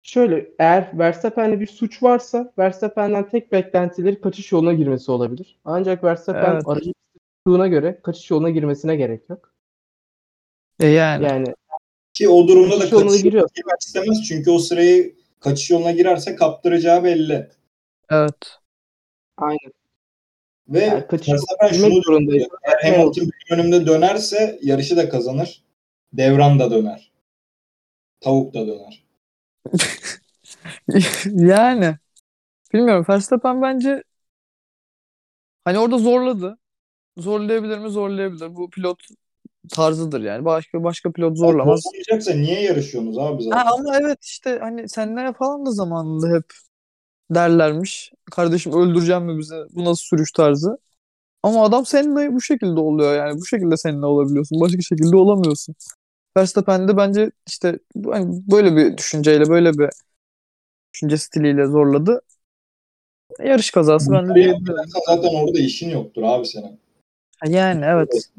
B: Şöyle eğer Verstappen'de bir suç varsa Verstappen'den tek beklentileri kaçış yoluna girmesi olabilir. Ancak Verstappen
A: Evet.
B: aracı tuttuğuna göre kaçış yoluna girmesine gerek yok.
A: E yani.
B: Yani
C: Ki o durumda da
B: kaçış yoluna
C: kaçış
B: giriyor.
C: girmek istemez. Çünkü o sırayı kaçış yoluna girerse kaptıracağı belli.
A: Evet.
B: Aynen.
C: Ve
B: Yani kaçış yoluna
C: Verstappen şunu
B: girmek zorundayız.
C: düşünüyor. Eğer Hamilton benim önümde dönerse yarışı da kazanır. Devran da döner. Tavuk da döner.
A: yani. Bilmiyorum Verstappen bence hani orada zorladı. Zorlayabilir mi? Zorlayabilir. Bu pilot tarzıdır yani. Başka başka pilot zorlamaz.
C: Olmayacaksa niye yarışıyorsunuz abi zaten?
A: Ha, ama evet işte hani senlere falan da zamanında hep derlermiş. Kardeşim öldüreceğim mi bizi? Bu nasıl sürüş tarzı? Ama adam seninle bu şekilde oluyor yani. Bu şekilde seninle olabiliyorsun. Başka şekilde olamıyorsun. Verstappen de bence işte bu- hani böyle bir düşünceyle, böyle bir düşünce stiliyle zorladı. Yarış kazası ben de
C: Bunları
A: diyebilirim.
C: yapmadan zaten orada işin yoktur abi senin.
A: Yani evet.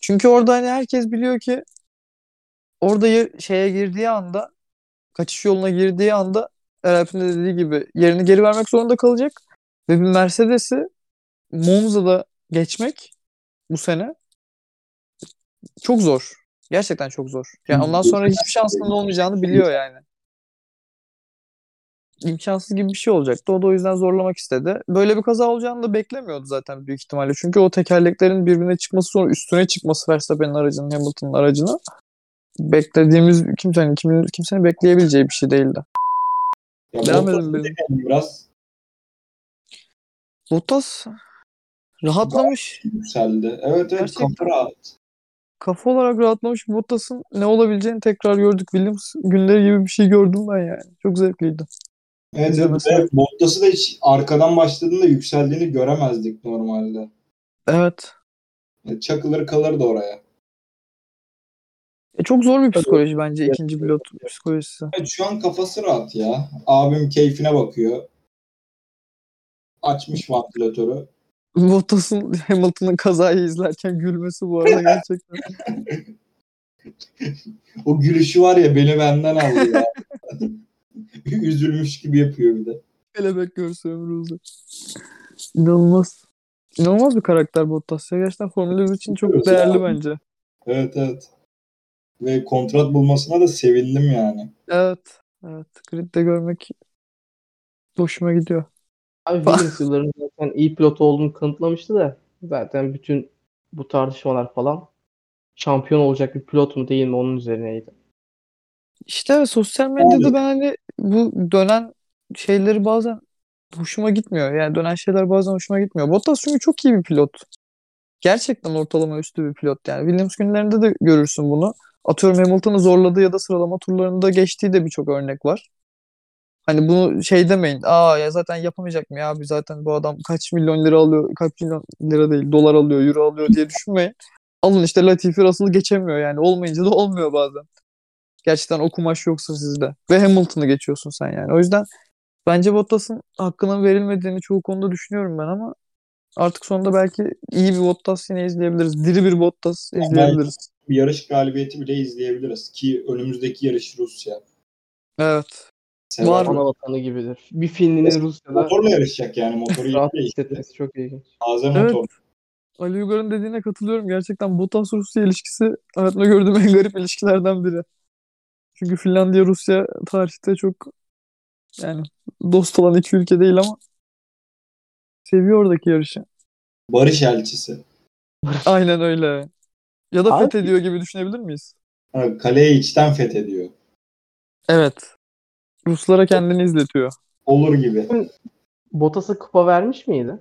A: Çünkü orada hani herkes biliyor ki orada ya- şeye girdiği anda kaçış yoluna girdiği anda Eralp'in de dediği gibi yerini geri vermek zorunda kalacak ve bir Mercedes'i Monza'da geçmek bu sene çok zor. Gerçekten çok zor. Yani ondan sonra hiçbir şansının olmayacağını biliyor yani. İmkansız gibi bir şey olacaktı. O da o yüzden zorlamak istedi. Böyle bir kaza olacağını da beklemiyordu zaten büyük ihtimalle. Çünkü o tekerleklerin birbirine çıkması sonra üstüne çıkması Verstappen'in aracının Hamilton'ın aracına beklediğimiz kimsenin kimin, kimsenin bekleyebileceği bir şey değildi.
C: Ya
A: Devam
C: Bottas'ı
A: edin benim.
C: deneyelim Biraz
A: Bottas rahatlamış.
C: yükseldi. Evet evet
A: Gerçekten.
C: kafa rahat.
A: Kafa olarak rahatlamış. Bottas'ın ne olabileceğini tekrar gördük. Williams günleri gibi bir şey gördüm ben yani. Çok zevkliydi.
C: Evet,
A: Bize
C: evet.
A: mesela-
C: Ve Bottas'ı da hiç arkadan başladığında yükseldiğini göremezdik normalde.
A: Evet.
C: Yani Çakılır kalırdı oraya.
A: E, çok zor bir psikoloji bence ikinci pilot psikolojisi.
C: Evet, şu an kafası rahat ya. Abim keyfine bakıyor. Açmış vantilatörü.
A: Bottas'ın Hamilton'ın kazayı izlerken gülmesi bu arada gerçekten.
C: O gülüşü var ya beni benden aldı ya. Üzülmüş gibi yapıyor bir de.
A: Kelebek görsü ömrü uzar. İnanılmaz. İnanılmaz bir karakter Bottas. Ya. Gerçekten Formula 1 için çok
C: Özel.
A: değerli bence.
C: Evet evet. Ve kontrat bulmasına da sevindim yani.
A: Evet. Evet. Grid'de görmek hoşuma gidiyor.
B: Abi Williams yıllarında zaten iyi pilot olduğunu kanıtlamıştı da zaten bütün bu tartışmalar falan şampiyon olacak bir pilot mu değil mi onun üzerineydi.
A: İşte evet, sosyal medyada
C: Abi.
A: ben hani bu dönen şeyleri bazen hoşuma gitmiyor. Yani dönen şeyler bazen hoşuma gitmiyor. Bottas çünkü çok iyi bir pilot. Gerçekten ortalama üstü bir pilot yani. Williams günlerinde de görürsün bunu. Atıyorum Hamilton'ı zorladığı ya da sıralama turlarında geçtiği de birçok örnek var. Hani bunu şey demeyin. Aa ya zaten yapamayacak mı ya abi zaten bu adam kaç milyon lira alıyor, kaç milyon lira değil dolar alıyor, euro alıyor diye düşünmeyin. Alın işte Latifi Russell'ı geçemiyor yani. Olmayınca da olmuyor bazen. Gerçekten o kumaş yoksa sizde. Ve Hamilton'ı geçiyorsun sen yani. O yüzden bence Bottas'ın hakkının verilmediğini çoğu konuda düşünüyorum ben ama artık sonunda belki iyi bir Bottas yine izleyebiliriz. Diri bir Bottas
C: belki.
A: izleyebiliriz.
C: Bir yarış galibiyeti bile izleyebiliriz. Ki önümüzdeki yarış Rusya.
A: Evet.
C: Sever.
A: Var mı?
B: Ana vatanı gibidir. Bir Finli'nin Rusya'da
C: Motorla yarışacak yani. Motoru
B: rahat
C: iyi değil.
B: hissetmesi çok ilginç.
C: Taze
A: Evet.
C: motor.
A: Ali Uygar'ın dediğine katılıyorum. Gerçekten Bottas Rusya ilişkisi hayatımda gördüğüm en garip ilişkilerden biri. Çünkü Finlandiya Rusya tarihte çok yani dost olan iki ülke değil ama seviyor oradaki yarışı.
C: Barış elçisi.
A: Aynen öyle. Ya da
B: Abi-
A: fethediyor gibi düşünebilir miyiz?
C: Ha, kaleyi içten fethediyor.
A: Evet. Ruslara kendini izletiyor.
C: Olur gibi.
B: Bottas'a kupa vermiş miydi?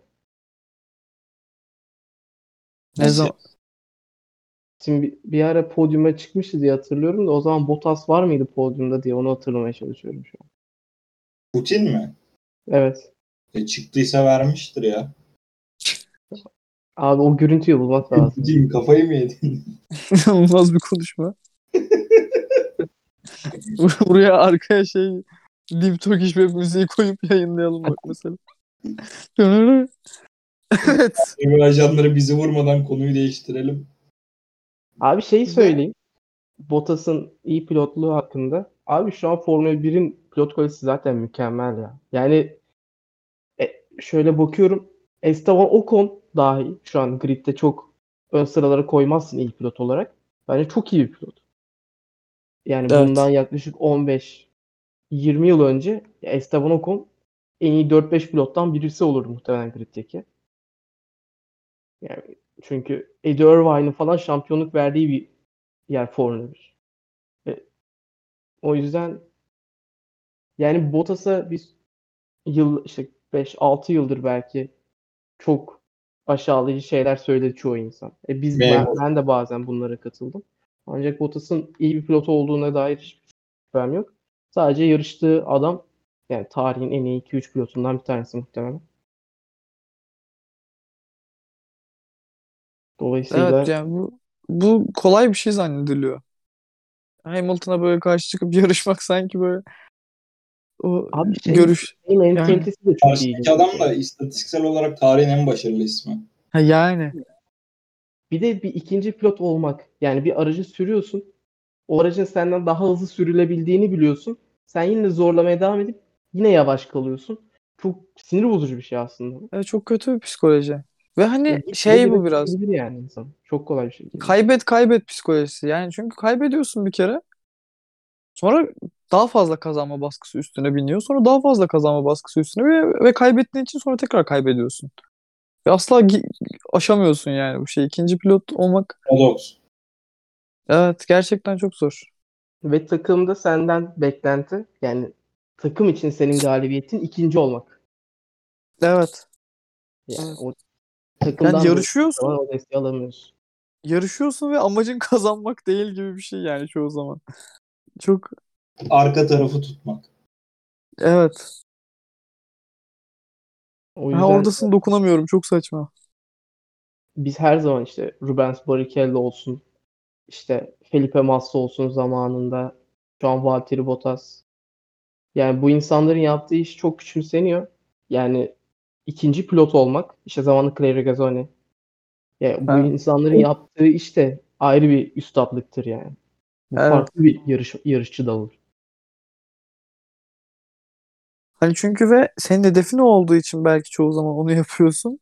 A: Ne zaman?
B: Şimdi bir, bir ara podyuma çıkmıştı diye hatırlıyorum da o zaman Bottas var mıydı podyumda diye onu hatırlamaya çalışıyorum şu an.
C: Putin mi?
B: Evet.
C: E, çıktıysa vermiştir ya.
B: Abi o görüntüyü bulmak lazım.
C: Putin kafayı mı yedin?
A: İnanılmaz bir konuşma. Bur- Buraya arkaya şey Deep Turkish Web müziği koyup yayınlayalım bak mesela. Dönürü. evet.
C: Emir ajanları bizi vurmadan konuyu değiştirelim.
B: Abi şeyi söyleyeyim. Bottas'ın iyi pilotluğu hakkında. Abi şu an Formula 1'in pilot kalitesi zaten mükemmel ya. Yani e, şöyle bakıyorum. Esteban Ocon dahi şu an gridde çok ön sıralara koymazsın iyi pilot olarak. Bence çok iyi bir pilot. Yani
A: Evet.
B: bundan yaklaşık 15 20 yıl önce Esteban Ocon en iyi 4-5 pilottan birisi olur muhtemelen griddeki. Yani çünkü Eddie Irvine'ın falan şampiyonluk verdiği bir yer Formula 1. E, o yüzden yani Bottas'a biz yıl işte 5-6 yıldır belki çok aşağılayıcı şeyler söyledi çoğu insan. E biz ben,
C: Memnun.
B: ben de bazen bunlara katıldım. Ancak Bottas'ın iyi bir pilot olduğuna dair hiçbir şüphem yok. Sadece yarıştığı adam yani tarihin en iyi 2-3 pilotundan bir tanesi muhtemelen. Dolayısıyla
A: Evet yani bu bu kolay bir şey zannediliyor. Hamilton'a böyle karşı çıkıp yarışmak sanki böyle o
B: Abi şey-
A: görüş.
B: Benim mentalitesi de çok iyi.
C: Karşıdaki adam da istatistiksel olarak tarihin en başarılı ismi.
A: Ha, yani.
B: Bir de bir ikinci pilot olmak. Yani bir aracı sürüyorsun. O aracın senden daha hızlı sürülebildiğini biliyorsun. Sen yine zorlamaya devam edip yine yavaş kalıyorsun. Çok sinir bozucu bir şey aslında.
A: Evet, çok kötü bir psikoloji. Ve hani
B: Yani hiç
A: şey
B: bilmediğin
A: bu biraz.
B: bilir yani insan. Çok kolay bir şey değil.
A: Kaybet kaybet psikolojisi. Yani çünkü kaybediyorsun bir kere. Sonra daha fazla kazanma baskısı üstüne biniyor. Sonra daha fazla kazanma baskısı üstüne ve, ve kaybettiğin için sonra tekrar kaybediyorsun. Ve asla gi- aşamıyorsun yani bu şey. İkinci pilot olmak
C: Paradoks.
A: evet gerçekten çok zor.
B: Ve takımda senden beklenti yani takım için senin galibiyetin ikinci olmak.
A: Evet.
B: Yani
A: Evet.
B: o
A: Yani
B: takımdan
A: yarışıyorsun,
B: zaman o desteği alamıyorsun.
A: yarışıyorsun ve amacın kazanmak değil gibi bir şey yani çoğu zaman. Çok
C: Arka tarafı tutmak.
A: evet.
B: O
A: Ha oradasın dokunamıyorum. Çok saçma.
B: biz her zaman işte Rubens Barrichello olsun, işte Felipe Massa olsun zamanında, şu an Valtteri Bottas. Yani bu insanların yaptığı iş çok küçümseniyor. Yani ikinci pilot olmak işte zamanı Claire Gazoni. Yani bu
A: Ha.
B: insanların
A: O-
B: yaptığı işte ayrı bir üstadlıktır yani. Bu
A: Evet.
B: farklı bir yarış yarışçı dalı.
A: Hani çünkü ve senin hedefin o olduğu için belki çoğu zaman onu yapıyorsun.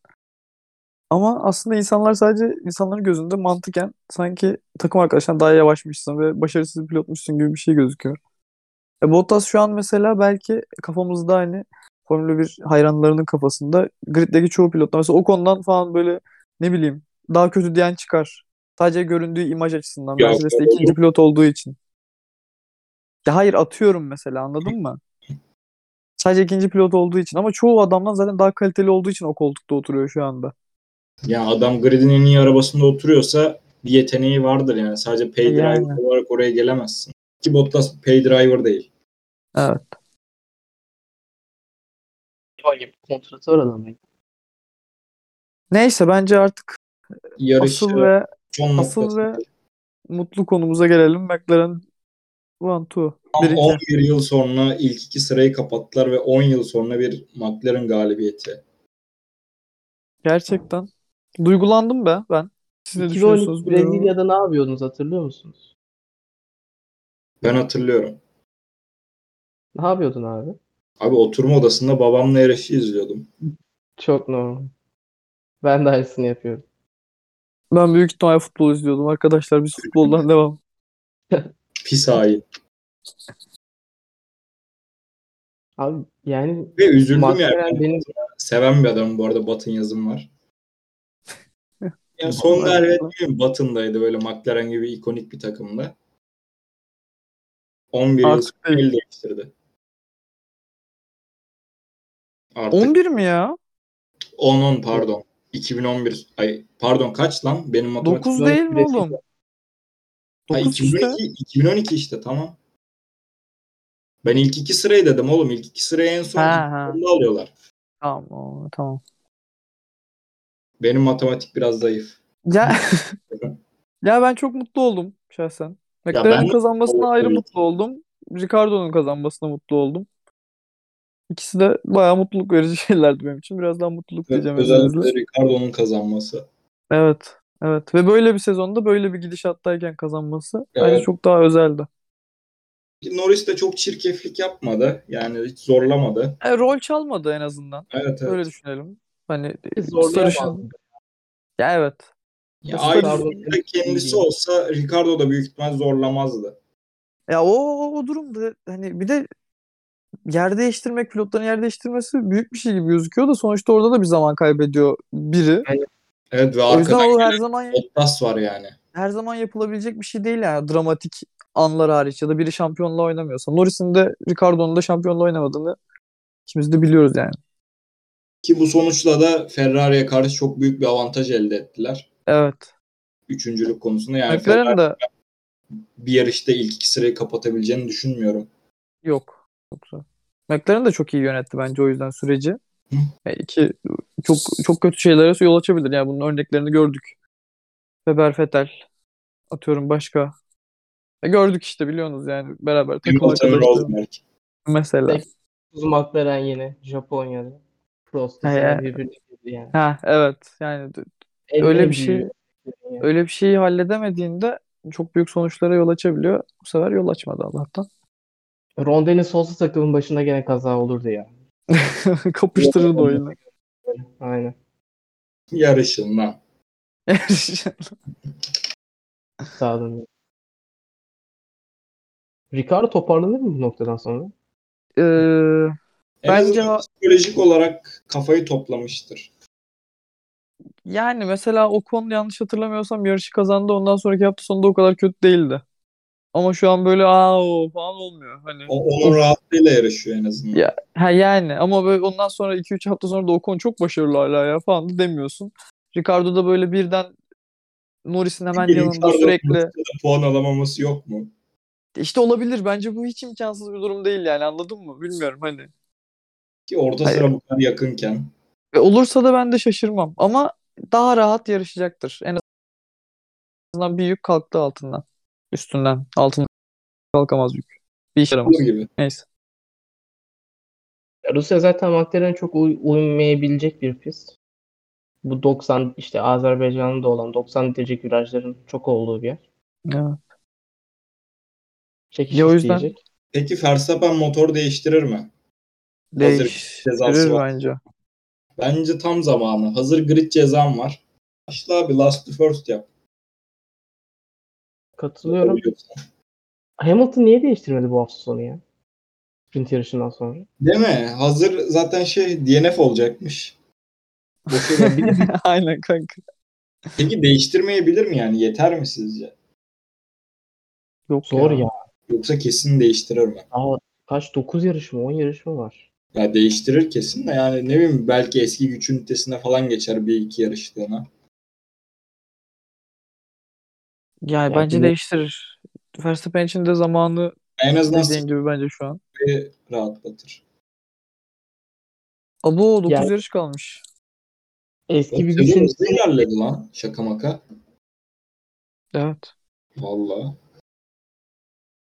A: Ama aslında insanlar sadece insanların gözünde mantıken sanki takım arkadaşından daha yavaşmışsın ve başarısız bir pilotmuşsun gibi bir şey gözüküyor. E Bottas şu an mesela belki kafamızda hani Formula 1 hayranlarının kafasında griddeki çoğu pilotlar mesela o konudan falan böyle ne bileyim daha kötü diyen çıkar. Sadece göründüğü imaj açısından.
C: Ya,
A: Mercedes'te
C: doğru.
A: ikinci pilot olduğu için. Ya hayır atıyorum mesela anladın mı? Sadece ikinci pilot olduğu için ama çoğu adamdan zaten daha kaliteli olduğu için o koltukta oturuyor şu anda.
C: Yani adam gridin en iyi arabasında oturuyorsa bir yeteneği vardır yani. Sadece pay driver
A: Yani.
C: olarak oraya gelemezsin. Ki Bottas pay driver değil.
A: Evet.
B: Hayır, kontratör adam. yani.
A: Neyse bence artık
C: Yarışı
A: asıl ve
C: son
A: asıl
C: noktası.
A: ve- mutlu konumuza gelelim. McLaren One Two.
C: Tam
A: Birinci.
C: 11 yıl sonra ilk iki sırayı kapattılar ve 10 yıl sonra bir McLaren galibiyeti.
A: Gerçekten. Duygulandım be ben. Siz ne
B: 2012
A: düşünüyorsunuz bilmiyorum.
B: Brezilya'da ne yapıyordunuz hatırlıyor musunuz?
C: Ben hatırlıyorum.
B: Ne yapıyordun abi?
C: Abi oturma odasında babamla yarışı izliyordum.
B: Çok normal. Ben de aynısını yapıyorum.
A: Ben büyük ihtimalle futbol izliyordum. Arkadaşlar biz futboldan devam.
C: Pis hain.
B: Abi yani
C: Ve üzüldüm yani.
B: McLaren benim
C: Seven bir adam bu arada Batın yazım var. ya son
A: Vallahi
C: galibiyet
A: billahi.
C: değil mi? Batın'daydı böyle McLaren gibi ikonik bir takımda. 11 yıl
A: Artık
C: sonra
A: değil.
C: el değiştirdi. Artık
A: 11 mi ya?
C: 10-10 pardon. 2011 ay pardon kaç lan? Benim matematik
A: 9 değil mi
B: Brezilya.
A: oğlum?
C: Ha,
A: 9 işte.
C: 2012, 2012 işte tamam. Ben ilk iki sırayı dedim oğlum. İlk iki sırayı en son
A: Ha, ha.
C: sonunda alıyorlar.
A: Tamam, o- tamam.
C: Benim matematik biraz zayıf.
A: Ya ya ben çok mutlu oldum şahsen.
C: ben
A: McLaren'in
C: de-
A: kazanmasına ayrı
C: Evet.
A: mutlu oldum. Ricardo'nun kazanmasına mutlu oldum. İkisi de bayağı mutluluk verici şeylerdi benim için. Biraz daha mutluluk diyeceğim izninizle.
C: Özellikle Ricardo'nun kazanması.
A: Evet. Evet. Ve böyle bir sezonda böyle bir gidişattayken kazanması bence
C: Evet.
A: çok daha özeldi.
C: Norris de çok çirkeflik yapmadı. Yani hiç zorlamadı.
A: E, rol çalmadı en azından.
C: Evet evet.
A: Öyle düşünelim. Hani
B: zorlayamazdım.
A: ya evet.
C: Ya
A: Nasıl
C: aynı
A: Ricardo
C: durumda
B: iyi
C: kendisi
B: değil.
C: olsa Ricardo da büyük ihtimal zorlamazdı.
A: Ya o, o, o durumda hani bir de yer değiştirmek, pilotların yer değiştirmesi büyük bir şey gibi gözüküyor da sonuçta orada da bir zaman kaybediyor biri.
C: Evet ve
A: O yüzden
C: arkadan
A: o her zaman
C: Bottas var yani.
A: her zaman yapılabilecek bir şey değil yani dramatik anlar hariç ya da biri şampiyonla oynamıyorsa. Norris'in de Ricardo'nun da şampiyonla oynamadığını ikimiz de biliyoruz yani.
C: Ki bu sonuçla da Ferrari'ye karşı çok büyük bir avantaj elde ettiler.
A: Evet.
C: Üçüncülük konusunda. Yani Ferrari
A: McLaren de
C: bir yarışta ilk iki sırayı kapatabileceğini düşünmüyorum.
A: yok. Yoksa. McLaren de çok iyi yönetti bence o yüzden süreci.
C: Hı.
A: E, iki çok çok kötü şeylere yol açabilir. Yani bunun örneklerini gördük. Weber Vettel atıyorum başka. E, gördük işte biliyorsunuz yani beraber takım
C: Hamilton
A: arkadaşları
C: Rosberg.
A: mesela.
B: Tek- McLaren yine Japonya'da. Prost'la
A: He,
B: sonra birbirine girdi yani.
A: Ha evet yani d-
B: Elde
A: öyle bir
B: büyüğü.
A: şey öyle bir şeyi halledemediğinde çok büyük sonuçlara yol açabiliyor. Bu sefer yol açmadı Allah'tan.
B: Ron Dennis olsa takımın başında gene kaza olurdu ya.
A: Kapıştırırdı oyunu.
B: Aynen.
C: Yarışından.
B: Sağ olun. Ricardo toparlanır mı bu noktadan sonra?
A: Eee,
C: En
A: Bence
C: azından
A: ha-
C: psikolojik olarak kafayı toplamıştır.
A: yani mesela Ocon yanlış hatırlamıyorsam yarışı kazandı. Ondan sonraki hafta sonunda o kadar kötü değildi. Ama şu an böyle aa o" falan olmuyor. Hani
C: O, onun rahatlığıyla yarışıyor en azından.
A: Ya. Ha yani ama böyle ondan sonra 2-3 hafta sonra da Ocon çok başarılı hala ya falan da demiyorsun. Ricardo da böyle birden Norris'in hemen
C: Bir
A: yanında
C: Ricardo'nun
A: sürekli
C: Mars'ta da puan alamaması yok mu?
A: işte olabilir bence bu hiç imkansız bir durum değil yani anladın mı? Bilmiyorum hani.
C: Ki orta
A: Hayır.
C: sıra bu kadar yakınken.
A: Ve E, olursa da ben de şaşırmam ama daha rahat yarışacaktır. En azından bir yük kalktı altından. Üstünden, altından kalkamaz yük. Bir işe yaramaz.
C: Olur gibi.
A: Neyse.
B: Ya Rusya zaten McLaren'e çok uy- uymayabilecek bir pist. Bu 90 işte Azerbaycan'da da olan 90 derecelik virajların çok olduğu bir yer.
A: Evet.
B: Çekiş
A: Ya o yüzden-
B: isteyecek.
C: Peki Verstappen motor değiştirir mi?
A: Değiştirir
C: cezası var.
A: bence.
C: Bence tam zamanı. Hazır grid cezam var. Başla abi last to first yap.
B: Katılıyorum. Hamilton niye değiştirmedi bu hafta sonu ya? Sprint yarışından sonra.
C: Değil mi? Hazır zaten şey DNF olacakmış. Boşuna bir-
A: Aynen kanka.
C: Peki değiştirmeyebilir mi yani? Yeter mi sizce?
A: Yok
B: Zor ya.
C: Yoksa kesin değiştirir mi?
B: Aa, kaç 9 yarış mı 10 yarış mı var?
C: Ya değiştirir kesin de yani ne bileyim belki eski güç ünitesine falan geçer bir iki yarışlığına.
A: Yani
B: Ya
A: bence
B: bile-
A: değiştirir. Verstappen için de zamanı
C: En azından
A: dediğin gibi bence şu an.
C: sıkıntıyı rahatlatır.
A: Abo 9
B: Yani-
A: yarış kalmış.
B: Eski bir şey.
C: Tabii
B: gücün
C: hızlı ilerledi lan şaka maka.
A: Evet.
C: Valla.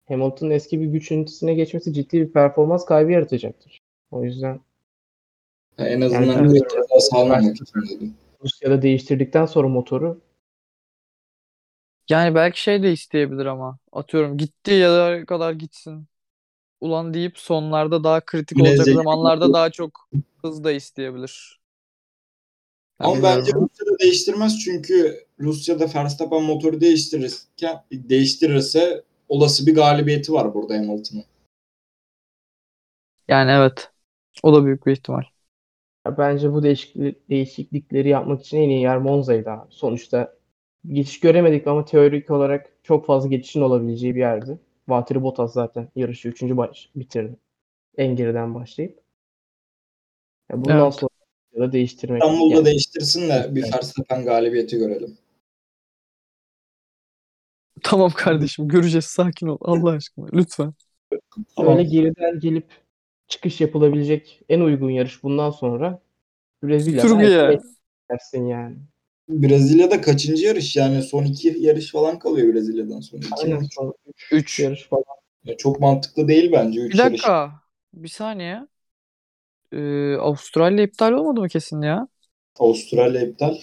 B: Hamilton'ın eski bir güç ünitesine geçmesi ciddi bir performans kaybı yaratacaktır. O yüzden
C: Ya En azından
B: Yani-
C: bir cezası almamak için dedim.
B: Rusya'da değiştirdikten sonra motoru
A: Yani belki şey de isteyebilir ama. Atıyorum gitti ya da kadar gitsin. Ulan deyip sonlarda daha kritik
C: Biraz
A: olacak
C: zeki-
A: zamanlarda daha çok hız da isteyebilir. Ben
C: Ama
A: bilmiyorum
C: bence Rusya'da değiştirmez çünkü Rusya'da Verstappen motoru değiştirirken değiştirirse olası bir galibiyeti var burada Hamilton'ın.
A: Yani evet. O da büyük bir ihtimal.
B: Ya Bence bu değişiklik, değişiklikleri yapmak için en iyi yer Monza'ydı abi. Sonuçta geçiş göremedik ama teorik olarak çok fazla geçişin olabileceği bir yerdi. Valtteri Bottas zaten yarışı 3. baş bitirdi. En geriden başlayıp. Ya bundan
A: Evet.
B: sonra da değiştirmek
C: İstanbul'da
B: yani
C: değiştirsin de bir
B: Evet.
C: Verstappen galibiyeti görelim.
A: Tamam kardeşim göreceğiz. Sakin ol Allah aşkına lütfen.
C: Tamam.
B: öyle geriden gelip çıkış yapılabilecek en uygun yarış bundan sonra Brezilya.
A: Türkiye.
B: Belki Dersin yani.
C: Brezilya'da kaçıncı yarış yani son iki yarış falan kalıyor Brezilya'dan sonra. İki
B: Aynen
C: yarış.
B: son 3
A: 3.
B: yarış falan.
C: Ya çok mantıklı değil bence. Üç
A: Bir dakika. Bir saniye. Ee, Avustralya iptal olmadı mı kesin ya?
C: yarış. Avustralya iptal.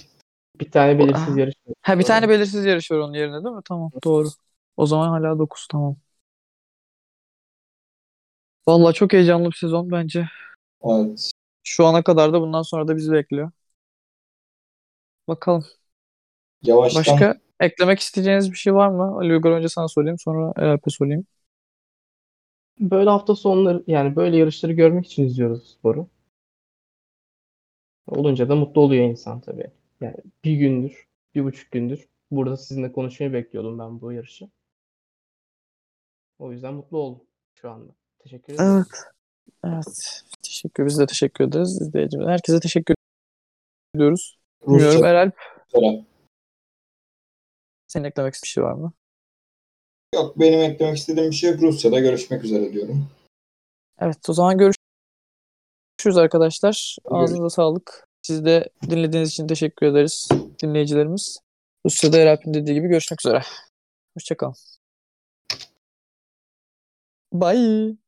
B: Bir tane belirsiz
A: Ah.
B: yarış.
A: Ha bir
B: Doğru.
A: tane belirsiz yarış var onun yerine değil mi? Tamam doğru. O zaman hala 9 tamam. Vallahi çok heyecanlı bir sezon bence.
C: Evet.
A: Şu ana kadar da bundan sonra da bizi bekliyor. Bakalım.
C: Yavaştan
A: Başka eklemek isteyeceğiniz bir şey var mı? Ali Uygar önce sana sorayım sonra Erap'e sorayım.
B: Böyle hafta sonları yani böyle yarışları görmek için izliyoruz sporu. Olunca da mutlu oluyor insan tabii. Yani bir gündür, bir buçuk gündür burada sizinle konuşmayı bekliyordum ben bu yarışı. O yüzden mutlu oldum şu anda. Teşekkür ederim.
A: Evet. Evet. Teşekkür. Biz de teşekkür ederiz izleyicimiz. Herkese teşekkür ediyoruz. Bilmiyorum
C: Rusça
A: Eralp
C: taraf.
A: senin eklemek istediğin bir şey var mı?
C: Yok benim eklemek istediğim bir şey yok. Rusya'da görüşmek üzere diyorum.
A: Evet o zaman görüş- görüşürüz arkadaşlar. Ağzınıza sağlık. Siz de dinlediğiniz için teşekkür ederiz dinleyicilerimiz. Rusya'da Eralp'in dediği gibi görüşmek üzere. Hoşçakalın. Bye.